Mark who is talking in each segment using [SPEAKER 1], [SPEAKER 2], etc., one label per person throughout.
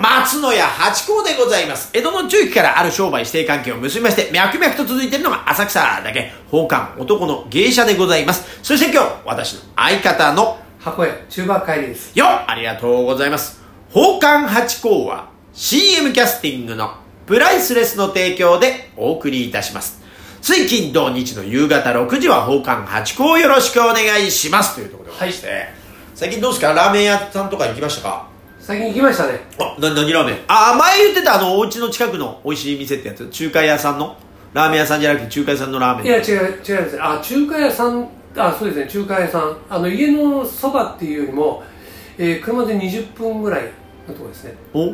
[SPEAKER 1] 松野屋八甲でございます。江戸の中期からある商売指定関係を結びまして、脈々と続いているのが浅草だけ、宝冠男の芸者でございます。そして今日、私の相方の
[SPEAKER 2] 箱屋中盤帰りです
[SPEAKER 1] よありがとうございます。宝冠八甲は CM キャスティングのプライスレスの提供でお送りいたします。水金土日の夕方6時は宝冠八甲をよろしくお願いします。というところでございまして、最近どうですかラーメン屋さんとか行きましたか
[SPEAKER 2] 最近行きましたね
[SPEAKER 1] あ、な、何ラーメンあ、前言ってたあの、お家の近くの美味しい店ってやつ中華屋さんのラーメン屋さんじゃなくて中華屋さんのラーメン。
[SPEAKER 2] いや違う違いますあ中華屋さんあそうですね中華屋さんあの家のそばっていうよりも、えー車で20分ぐらいのところですね
[SPEAKER 1] お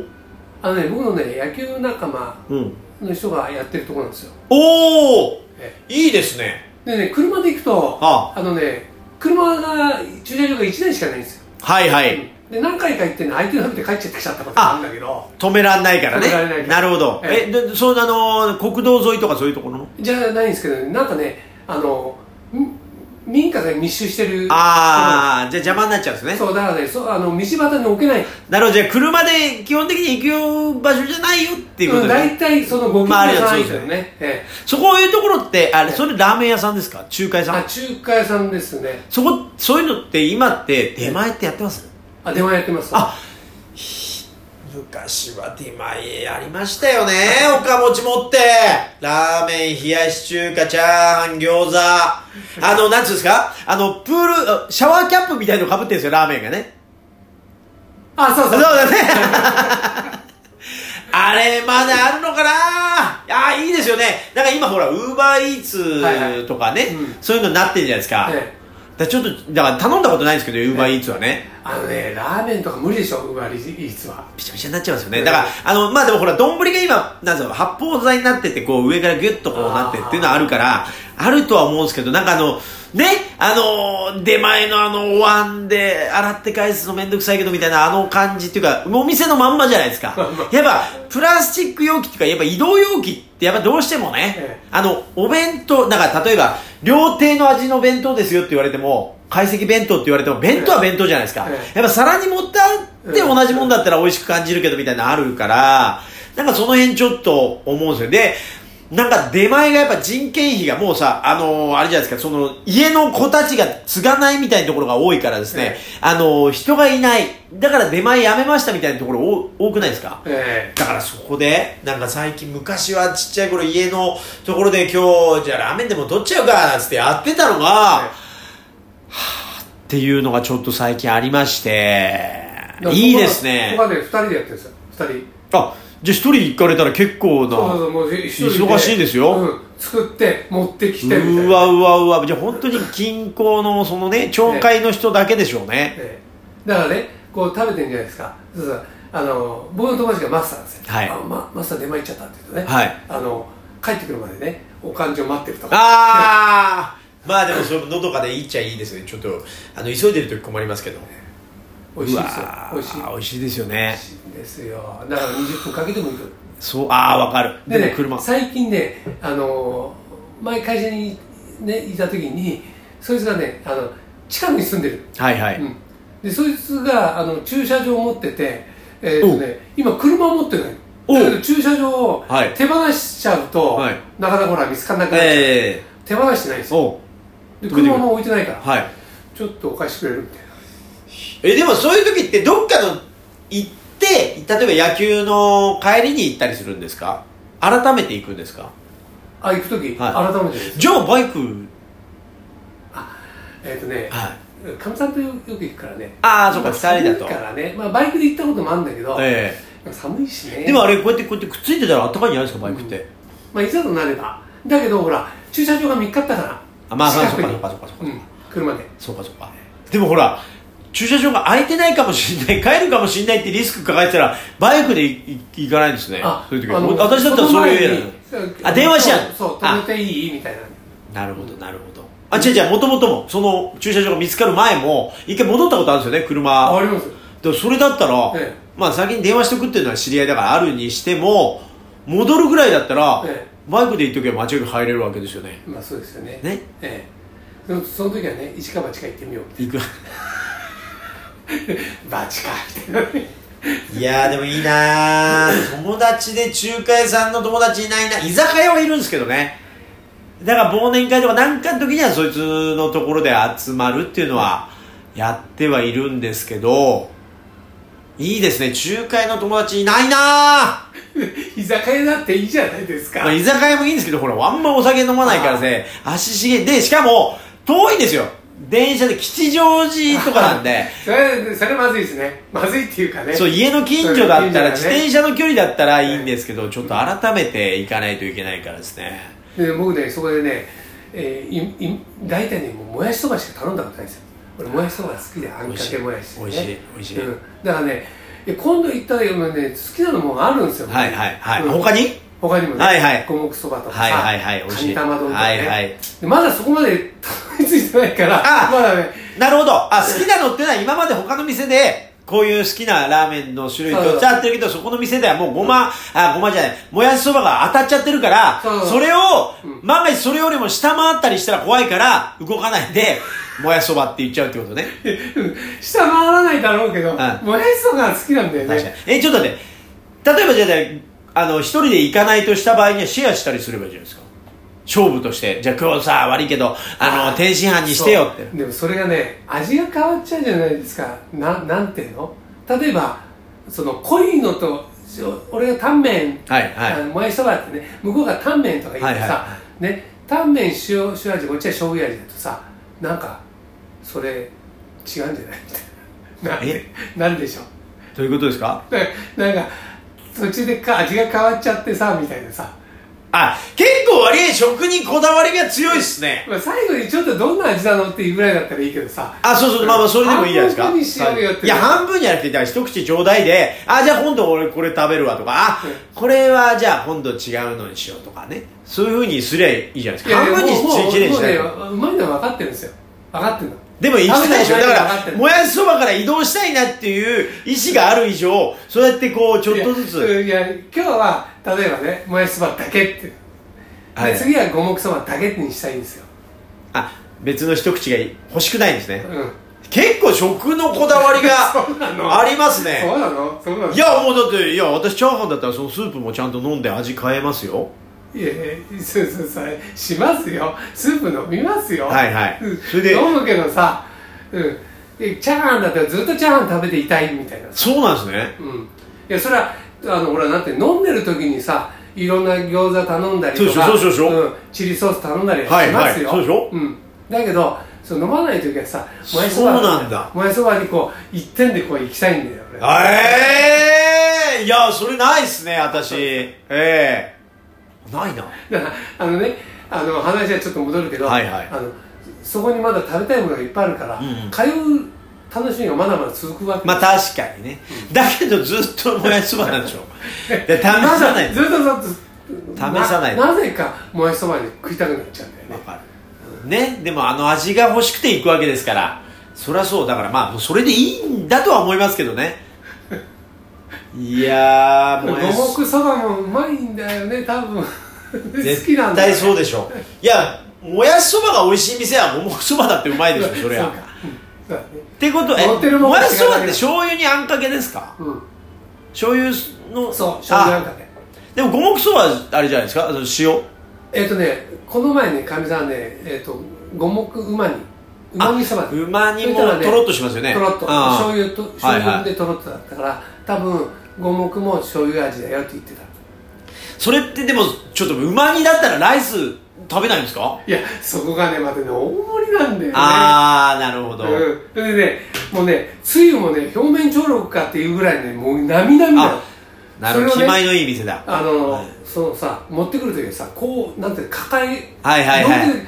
[SPEAKER 2] あのね僕のね野球仲間
[SPEAKER 1] うん。
[SPEAKER 2] の人がやってるところなんですよ
[SPEAKER 1] おー
[SPEAKER 2] え
[SPEAKER 1] いいですね。
[SPEAKER 2] でね車で行くと
[SPEAKER 1] あ
[SPEAKER 2] のね車が駐車場が1台しかないんですよ、
[SPEAKER 1] はいは
[SPEAKER 2] う
[SPEAKER 1] い。
[SPEAKER 2] んで何回か行ってね空いてなくて帰っちゃってきちゃったことがあるんだけど
[SPEAKER 1] 止めらんないからね。
[SPEAKER 2] 止められないから
[SPEAKER 1] るほど。え、
[SPEAKER 2] え
[SPEAKER 1] で、そのあの、国道沿いとかそういうところの
[SPEAKER 2] じゃないんですけどねなんかねあのん民家が密集してる
[SPEAKER 1] あー、じゃあ邪魔になっちゃうんですね。
[SPEAKER 2] そうだからねそうあの道端に置けない
[SPEAKER 1] なるほど、じゃあ車で基本的に行く場所じゃないよっていうこ
[SPEAKER 2] う
[SPEAKER 1] と
[SPEAKER 2] ん
[SPEAKER 1] で、
[SPEAKER 2] 大体そのご近
[SPEAKER 1] まああれ
[SPEAKER 2] 所
[SPEAKER 1] は
[SPEAKER 2] さ
[SPEAKER 1] そ
[SPEAKER 2] ん
[SPEAKER 1] う
[SPEAKER 2] で
[SPEAKER 1] です
[SPEAKER 2] す
[SPEAKER 1] よ
[SPEAKER 2] よ
[SPEAKER 1] ね
[SPEAKER 2] ね、ええ
[SPEAKER 1] そこいうところって、あれ、それラーメン屋さんですか中華屋さ
[SPEAKER 2] あ
[SPEAKER 1] ん
[SPEAKER 2] 中華屋さんですね
[SPEAKER 1] そこ、そういうのって今って出前ってやってます
[SPEAKER 2] あ電話やってます
[SPEAKER 1] あ昔は出前ありましたよね おかもち持ってラーメン冷やし中華チャーハン餃子あのなんつうんですかあのプールあシャワーキャップみたいのかぶってるんですよラーメンがね
[SPEAKER 2] あそう
[SPEAKER 1] そ
[SPEAKER 2] そうう
[SPEAKER 1] だね あれまだあるのかなあいいですよねなんか今ほらウーバーイー
[SPEAKER 2] はいは
[SPEAKER 1] ツ
[SPEAKER 2] い
[SPEAKER 1] とかね、
[SPEAKER 2] うん
[SPEAKER 1] そういうのになってるじゃないですか、
[SPEAKER 2] え
[SPEAKER 1] だからちょっとだから頼んだことないんですけどウーバーイーツはね
[SPEAKER 2] あのねラーメンとか無理でしょウーバーイーツは
[SPEAKER 1] びちゃびちゃになっちゃいますよね。だから、あの、まあでもほら、丼が今、なんつうの、発泡剤になってて、こう、上からギュッとこうなってっていうのはあるから、あるとは思うんですけど、なんかあの、ね、あの、出前のあの、お椀で洗って返すのめんどくさいけどみたいな、あの感じっていうか、お店のまんまじゃないですか。やっぱ、プラスチック容器っていうか、やっぱ移動容器って、やっぱどうしてもね
[SPEAKER 2] え、
[SPEAKER 1] あの、お弁当、なんか例えば、料亭の味の弁当ですよって言われても、懐石弁当って言われても、弁当は弁当じゃないですか。
[SPEAKER 2] ええ
[SPEAKER 1] やっぱ皿に盛ってあって
[SPEAKER 2] うん
[SPEAKER 1] 同じもんだったら美味しく感じるけどみたいなのあるから、なんかその辺ちょっと思うんですよ。で、なんか出前がやっぱ人件費がもうさ、あのーあれじゃないですか、その家の子たちが継がないみたいなところが多いからですね
[SPEAKER 2] え、
[SPEAKER 1] あのー人がいない、だから出前やめましたみたいなところ多多くないですか
[SPEAKER 2] え
[SPEAKER 1] だからそこで、なんか最近昔はちっちゃい頃家のところで今日、じゃあラーメンでも取っちゃうか、なんつってやってたのが、
[SPEAKER 2] え
[SPEAKER 1] っていうのがちょっと最近ありまして
[SPEAKER 2] だから
[SPEAKER 1] いいです
[SPEAKER 2] そ
[SPEAKER 1] ね
[SPEAKER 2] こはそこはね2人でやってるんですよ2人
[SPEAKER 1] あじゃあ一人行かれたら結構な
[SPEAKER 2] そうそうそうもう一人で
[SPEAKER 1] 忙しいですよ
[SPEAKER 2] うん、作って持ってきてみたいな
[SPEAKER 1] うわうわうわじゃあ本当に近郊のそのね町会の人だけでしょうね
[SPEAKER 2] ええだからねこう食べてるんじゃないですかそうそうあの僕の友達がマスターなんですよ、
[SPEAKER 1] はい
[SPEAKER 2] あま、マスター出前行っちゃったって言うとね、
[SPEAKER 1] はい
[SPEAKER 2] あの帰ってくるまでねお勘定待ってるとか
[SPEAKER 1] ああまあでもそれものどかでいいっちゃいいですねちょっとあの急いでる時困りますけど
[SPEAKER 2] 美味しいですよ
[SPEAKER 1] わー
[SPEAKER 2] 美味しい
[SPEAKER 1] 美味しいですよね
[SPEAKER 2] 美味しいんですよだから20分かけても行く
[SPEAKER 1] そうああわかるで
[SPEAKER 2] でね
[SPEAKER 1] も車
[SPEAKER 2] 最近ねあの前会社にねいた時にそいつがねあの近くに住んでる、
[SPEAKER 1] はいはい、
[SPEAKER 2] うん、でそいつがあの駐車場を持ってて、えーとね、今車を持ってない
[SPEAKER 1] お
[SPEAKER 2] だけど駐車場を
[SPEAKER 1] はい
[SPEAKER 2] 手放しちゃうと、
[SPEAKER 1] はい
[SPEAKER 2] なかなかほら見つからなくなっちゃう、
[SPEAKER 1] え
[SPEAKER 2] 手放してないんで
[SPEAKER 1] え
[SPEAKER 2] すよ
[SPEAKER 1] おう
[SPEAKER 2] で車も置いてないから、
[SPEAKER 1] はい
[SPEAKER 2] ちょっとお貸してくれるみたいな
[SPEAKER 1] えでもそういう時ってどっかの行って例えば野球の帰りに行ったりするんですか改めて行くんですか
[SPEAKER 2] あ行く時、
[SPEAKER 1] はい
[SPEAKER 2] 改めてです
[SPEAKER 1] じゃあバイク
[SPEAKER 2] えっ、とね
[SPEAKER 1] はい
[SPEAKER 2] かみさんとよく行くからね
[SPEAKER 1] ああそっか
[SPEAKER 2] 今寒
[SPEAKER 1] 2
[SPEAKER 2] い
[SPEAKER 1] 人だと
[SPEAKER 2] からね、まあ、バイクで行ったこともあるんだけど、
[SPEAKER 1] え
[SPEAKER 2] 寒いしね
[SPEAKER 1] えでもあれこうやってこうやってくっついてたらあったかいんじゃないですかバイクって、
[SPEAKER 2] まあ、いざとなればだけどほら駐車場が3日ったから
[SPEAKER 1] あまあ
[SPEAKER 2] 近くに
[SPEAKER 1] そうかそうかそうかそうか
[SPEAKER 2] ん車で
[SPEAKER 1] そうかそうかでもほら駐車場が空いてないかもしれない 帰るかもしれないってリスク抱えてたらバイクで行行かないんですねそういう時は
[SPEAKER 2] の
[SPEAKER 1] 私だったらそういう
[SPEAKER 2] その前に
[SPEAKER 1] あ電話しちゃう
[SPEAKER 2] そうそう
[SPEAKER 1] あ
[SPEAKER 2] 止めていいみたいな
[SPEAKER 1] なるほどなるほどあ違う違うもともともその駐車場が見つかる前も一回戻ったことあるんですよね車
[SPEAKER 2] ああります
[SPEAKER 1] でもそれだったら、
[SPEAKER 2] ええ
[SPEAKER 1] まあ先に電話しておくっていうのは知り合いだからあるにしても戻るぐらいだったら、
[SPEAKER 2] ええ
[SPEAKER 1] バイクで行っとけば間違いなく入れるわけですよね
[SPEAKER 2] まあそうですよね
[SPEAKER 1] ね
[SPEAKER 2] ええそのその時はね一か八か行ってみよう
[SPEAKER 1] 行く
[SPEAKER 2] バチかみたいなね
[SPEAKER 1] いやーでもいいなー友達で中華屋さんの友達いないな居酒屋はいるんですけどねだから忘年会とか何かの時にはそいつのところで集まるっていうのはやってはいるんですけどいいですね中華屋の友達いないなー、
[SPEAKER 2] 居酒屋だっていいじゃないですか、
[SPEAKER 1] まあ、居酒屋もいいんですけどほらあんまお酒飲まないからね足しげでしかも遠いんですよ電車で吉祥寺とかなんで
[SPEAKER 2] それそれまずいですねまずいっていうかね
[SPEAKER 1] そう家の近所だったら
[SPEAKER 2] そ
[SPEAKER 1] 自
[SPEAKER 2] ういう
[SPEAKER 1] 転車の距離だったらいいんですけどちょっと改めて行かないといけないからですね
[SPEAKER 2] で僕ねそこでね、えーいい大体ねもうもやしそばしか頼んだことないんですよ俺もやしそばが好きであんかけもやし、ね、
[SPEAKER 1] 美味しい美味しい
[SPEAKER 2] うん、だからねいや今度行ったら今ね好きなのもあるんですよ
[SPEAKER 1] はいはいはい
[SPEAKER 2] うん
[SPEAKER 1] 他に
[SPEAKER 2] 他にもね、
[SPEAKER 1] はいはい
[SPEAKER 2] 五目そばとかさ
[SPEAKER 1] はいはいはい美
[SPEAKER 2] カ
[SPEAKER 1] 味しい
[SPEAKER 2] ニ玉丼とかね、
[SPEAKER 1] はいはい
[SPEAKER 2] でまだそこまで たどり着いてないから
[SPEAKER 1] あ
[SPEAKER 2] まだね
[SPEAKER 1] なるほどあ好きなのってのは今まで他の店でこういう好きなラーメンの種類
[SPEAKER 2] そう
[SPEAKER 1] とちゃってるけどそこの店ではもうごま、あごまじゃないもやしそばが当たっちゃってるから
[SPEAKER 2] そう
[SPEAKER 1] それを、
[SPEAKER 2] うん
[SPEAKER 1] 万が一それよりも下回ったりしたら怖いから動かないでもやしそばって言っちゃうってことね
[SPEAKER 2] うん下回らないだろうけど、
[SPEAKER 1] ん
[SPEAKER 2] もやしそばが好きなんだよ
[SPEAKER 1] 確か
[SPEAKER 2] ね
[SPEAKER 1] にえちょっと待って例えばじゃあねあの一人で行かないとした場合にはシェアしたりすればいいじゃないですか勝負としてじゃあ今日さ悪いけどあの天津飯にしてよって
[SPEAKER 2] そうでもそれがね味が変わっちゃうじゃないですかななんていうの例えばその濃いのとお俺がタンメン、
[SPEAKER 1] はいはい
[SPEAKER 2] あのもやしそばってね向こうがタンメンとか言っ
[SPEAKER 1] はいは
[SPEAKER 2] てさ、
[SPEAKER 1] いは
[SPEAKER 2] ねタンメン塩塩味こっちは醤油味だとさなんかそれ違うんじゃない みたいななんでなんでしょう
[SPEAKER 1] どういうことですか
[SPEAKER 2] ななんか途中でか味が変わっちゃってさみたいなさ、
[SPEAKER 1] あ結構割合食にこだわりが強いっすね
[SPEAKER 2] まあ、最後にちょっとどんな味なのっていうぐらいだったらいいけどさ
[SPEAKER 1] あそうそうまあまあそれでもいいじゃないですか
[SPEAKER 2] 半分にしようよって
[SPEAKER 1] いや半分じゃなくてだから一口ちょうだいであじゃあ今度俺これ食べるわとかあ
[SPEAKER 2] うん
[SPEAKER 1] これはじゃあ今度違うのにしようとかねそういうふうにすりゃいいじゃないです
[SPEAKER 2] い
[SPEAKER 1] か
[SPEAKER 2] や
[SPEAKER 1] 半分に
[SPEAKER 2] もうもう
[SPEAKER 1] きれいにしないと
[SPEAKER 2] もうねうまいのは分かってるんですよ分かってるの
[SPEAKER 1] でも行きたいでしょ
[SPEAKER 2] 食
[SPEAKER 1] だ
[SPEAKER 2] べたい
[SPEAKER 1] か
[SPEAKER 2] 分かって
[SPEAKER 1] ら
[SPEAKER 2] る
[SPEAKER 1] もやしそばから移動したいなっていう意思がある以上そうやってこうちょっとず
[SPEAKER 2] いや
[SPEAKER 1] つ
[SPEAKER 2] いや今日は例えばねもやしそばだけって、
[SPEAKER 1] はい
[SPEAKER 2] で次は五目そばだけにしたいんですよ、
[SPEAKER 1] あ別の一口が欲しくないんですね
[SPEAKER 2] うん、
[SPEAKER 1] 結構食のこだわり
[SPEAKER 2] そうなの
[SPEAKER 1] がありますね
[SPEAKER 2] そうなのそうなの
[SPEAKER 1] いやもうだっていや私チャーハンだったらそのスープもちゃんと飲んで味変えますよ
[SPEAKER 2] いやいやそうそうそうしますよスープ飲みますよ
[SPEAKER 1] はいはい
[SPEAKER 2] うん
[SPEAKER 1] それで
[SPEAKER 2] 飲むけどさ、うん、えチャーハンだったらずっとチャーハン食べていたいみたいな
[SPEAKER 1] そうなんですね
[SPEAKER 2] うん、いやそれはあのほらなんて飲んでる時にさいろんな餃子頼んだりとか
[SPEAKER 1] そうでしょそうでしょ
[SPEAKER 2] ん、チリソース頼んだりし
[SPEAKER 1] はいはい
[SPEAKER 2] ますよ、
[SPEAKER 1] そうでしょ
[SPEAKER 2] ん、だけどその飲まない時はさもやしそ
[SPEAKER 1] そう
[SPEAKER 2] ば
[SPEAKER 1] なんだ
[SPEAKER 2] もやしそばにこう一点でこう行きたいんだよ俺
[SPEAKER 1] ええいやそれないっすね私ええないな
[SPEAKER 2] だから あのねあの話はちょっと戻るけど、
[SPEAKER 1] はいはい
[SPEAKER 2] あのそこにまだ食べたいものがいっぱいあるから、
[SPEAKER 1] んうん
[SPEAKER 2] 通う楽しみがまだまだ続くわけ
[SPEAKER 1] まあ確かにねだけどずっともやしそばなんでしょで試さない
[SPEAKER 2] ずっとずっと
[SPEAKER 1] 試さない
[SPEAKER 2] ななぜかもやしそばに食いたくなっちゃうんだよね
[SPEAKER 1] わかるねでもあの味が欲しくて行くわけですからそりゃそうだからまあそれでいいんだとは思いますけどねいやー
[SPEAKER 2] 五
[SPEAKER 1] もやし
[SPEAKER 2] 目そばもうまいんだよね多分好きなん
[SPEAKER 1] 絶
[SPEAKER 2] だよ
[SPEAKER 1] 対そうでしょいやもやしそばが美味しい店はももそばだってうまいで しょそりゃ
[SPEAKER 2] そうか
[SPEAKER 1] っ
[SPEAKER 2] うんそうだね
[SPEAKER 1] てことえ
[SPEAKER 2] 乗ってるも
[SPEAKER 1] も
[SPEAKER 2] んが違
[SPEAKER 1] や
[SPEAKER 2] うだけ
[SPEAKER 1] しそばって醤油にあんかけですか
[SPEAKER 2] うん
[SPEAKER 1] 醤油の
[SPEAKER 2] そう醤油あんか
[SPEAKER 1] あ
[SPEAKER 2] け
[SPEAKER 1] でも五目そばはあれじゃないですかあの塩
[SPEAKER 2] えっとねこの前ねかみさんねえっと五目うまにうまみそばだ
[SPEAKER 1] うま煮も
[SPEAKER 2] それからね
[SPEAKER 1] とろっとしますよね
[SPEAKER 2] とろっと
[SPEAKER 1] ああ
[SPEAKER 2] 醤油と醤
[SPEAKER 1] はいは
[SPEAKER 2] 油
[SPEAKER 1] い
[SPEAKER 2] でとろっとだったから多分五目も醤油味だよって言ってた
[SPEAKER 1] それってでもちょっとうま煮だったらライス食べないんですか
[SPEAKER 2] いやそこがねまたね大盛りなんだよね
[SPEAKER 1] ああなるほど、
[SPEAKER 2] うんそれでねもうねつゆもね表面張力かっていうぐらいねもうなみなみだよ
[SPEAKER 1] あなるほど
[SPEAKER 2] そ
[SPEAKER 1] 気
[SPEAKER 2] れをね
[SPEAKER 1] 前のいい店だ
[SPEAKER 2] あの、
[SPEAKER 1] はい
[SPEAKER 2] そのさ持ってくる時はさこうなんていうか抱え
[SPEAKER 1] はいはいはい
[SPEAKER 2] どうう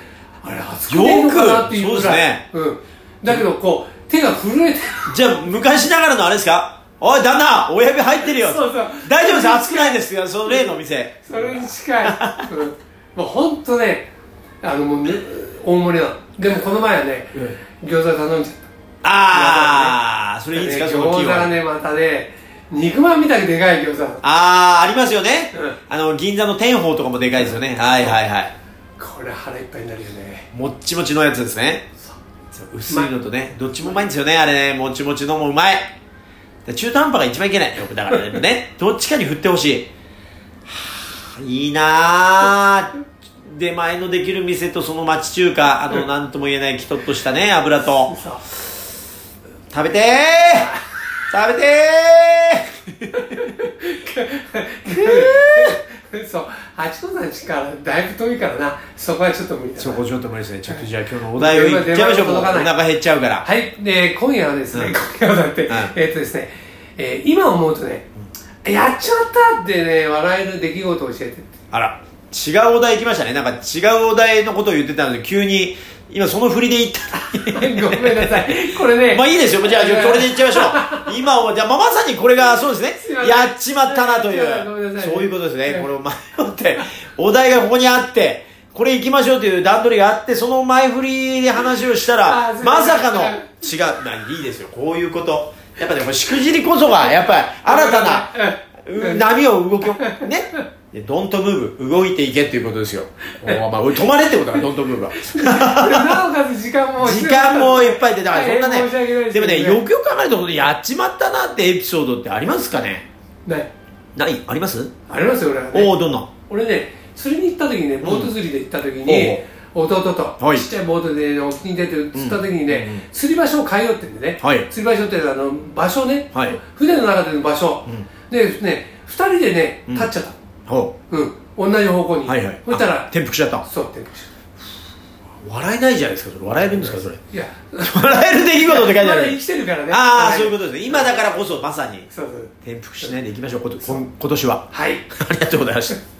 [SPEAKER 2] あれ熱くねえのかなっていうぐらい
[SPEAKER 1] よ
[SPEAKER 2] うん、だけどこう手が震えて
[SPEAKER 1] じゃあ昔ながらのあれですかおい旦那親指入ってるよ
[SPEAKER 2] そうそう
[SPEAKER 1] 大丈夫です熱くないですよその例のお 店
[SPEAKER 2] それに近い、うん、もうほんとねあのもうね大盛りなのでもこの前はね、餃子頼んじゃった
[SPEAKER 1] ああそれいいですか
[SPEAKER 2] ね
[SPEAKER 1] その
[SPEAKER 2] 餃
[SPEAKER 1] 企
[SPEAKER 2] 子
[SPEAKER 1] 業
[SPEAKER 2] がねまたね肉まんみたいにでかい餃子なの
[SPEAKER 1] ああありますよね、
[SPEAKER 2] うん
[SPEAKER 1] あの銀座の天宝とかもでかいですよね、はいはいはい
[SPEAKER 2] これ腹いっぱいになるよね
[SPEAKER 1] もっちもちのやつですねそう薄いのとねどっちもうまいんですよねあれねもちもちのもうまいら中途半端が一番いけないよだからね ねどっちかに振ってほしいはあいいなあ出前のできる店とその町中華あと何とも言えないきとっとしたね油と
[SPEAKER 2] さ
[SPEAKER 1] 食べてー食べて
[SPEAKER 2] そう八甲山からだいぶ遠いからなそこはちょっと無理
[SPEAKER 1] ー
[SPEAKER 2] だ
[SPEAKER 1] そ
[SPEAKER 2] な
[SPEAKER 1] こちょっと無理ですねちょっとじゃあ今日のお題をいっちゃいましょう
[SPEAKER 2] 出
[SPEAKER 1] もうお
[SPEAKER 2] 前が届かない
[SPEAKER 1] 腹減っちゃうから
[SPEAKER 2] はい、で今夜はですね、
[SPEAKER 1] うん
[SPEAKER 2] 今夜はだって、
[SPEAKER 1] ん
[SPEAKER 2] えーっとですね、えー今思うとね、やっちまったってね笑える出来事を教えてって
[SPEAKER 1] あら違うお題行きましたねなんか違うお題のことを言ってたので急に今その振りで言った
[SPEAKER 2] ごめんなさい。これね。
[SPEAKER 1] まあいいですよ。じゃあ、じゃあこれでいっちゃいましょ う。今は、じゃあ、まあまさにこれが、そうです
[SPEAKER 2] すいま
[SPEAKER 1] ね。
[SPEAKER 2] せん
[SPEAKER 1] やっちまったなとい
[SPEAKER 2] ごめん
[SPEAKER 1] う。
[SPEAKER 2] なさい
[SPEAKER 1] そういうことです
[SPEAKER 2] は
[SPEAKER 1] ね。
[SPEAKER 2] い
[SPEAKER 1] これを迷って、お題がここにあって、これ行きましょうという段取りがあって、その前振りで話をした
[SPEAKER 2] あ
[SPEAKER 1] ら
[SPEAKER 2] ーす、いま
[SPEAKER 1] ま
[SPEAKER 2] せん
[SPEAKER 1] さかの、違う、ないいですよ。こういうこと。やっぱね、これしくじりこそが、やっぱり新たな
[SPEAKER 2] うん
[SPEAKER 1] うん波を動きを、ね。ドントムーブ、動いていけっていうこと ですよ。おーまあ、止まれってことだ、ドントムーブは。
[SPEAKER 2] なおかつ時間も。
[SPEAKER 1] 時間もいっぱい出たからそんな
[SPEAKER 2] 大変申し訳ない
[SPEAKER 1] ね
[SPEAKER 2] で
[SPEAKER 1] で
[SPEAKER 2] すけ
[SPEAKER 1] も
[SPEAKER 2] ど
[SPEAKER 1] ねよくよく考えるとやっちまったなってエピソードってありますかね
[SPEAKER 2] ない。
[SPEAKER 1] ないあります
[SPEAKER 2] ありますよ、俺は、
[SPEAKER 1] お
[SPEAKER 2] ね。
[SPEAKER 1] おどんな
[SPEAKER 2] 俺ね、釣りに行った時にね、ボート釣りで行った時に、弟と、
[SPEAKER 1] はい
[SPEAKER 2] ちっちゃいボートでね沖に出て釣った時にね、
[SPEAKER 1] うんうん
[SPEAKER 2] 釣り場所を変えようって言うんでね、
[SPEAKER 1] はい
[SPEAKER 2] 釣り場所ってあの場所ね、
[SPEAKER 1] はい
[SPEAKER 2] 船の中での場所、でね2人でね
[SPEAKER 1] うん
[SPEAKER 2] 立っちゃった、
[SPEAKER 1] お
[SPEAKER 2] うん同じ方向に、
[SPEAKER 1] はいはい
[SPEAKER 2] そしたら
[SPEAKER 1] あ転覆しちゃった
[SPEAKER 2] そうって言うんですよ
[SPEAKER 1] 笑えないじゃないですかそれ笑えるんですかそれ
[SPEAKER 2] いや
[SPEAKER 1] 笑える出来事って書いて
[SPEAKER 2] ま
[SPEAKER 1] あ
[SPEAKER 2] だ
[SPEAKER 1] る
[SPEAKER 2] 生きてるからね
[SPEAKER 1] ああそういう
[SPEAKER 2] こ
[SPEAKER 1] ことですね今だからこそまさに
[SPEAKER 2] とそうそう
[SPEAKER 1] 転覆しないでいきましょうことこん今年は
[SPEAKER 2] はい
[SPEAKER 1] ありがとうございました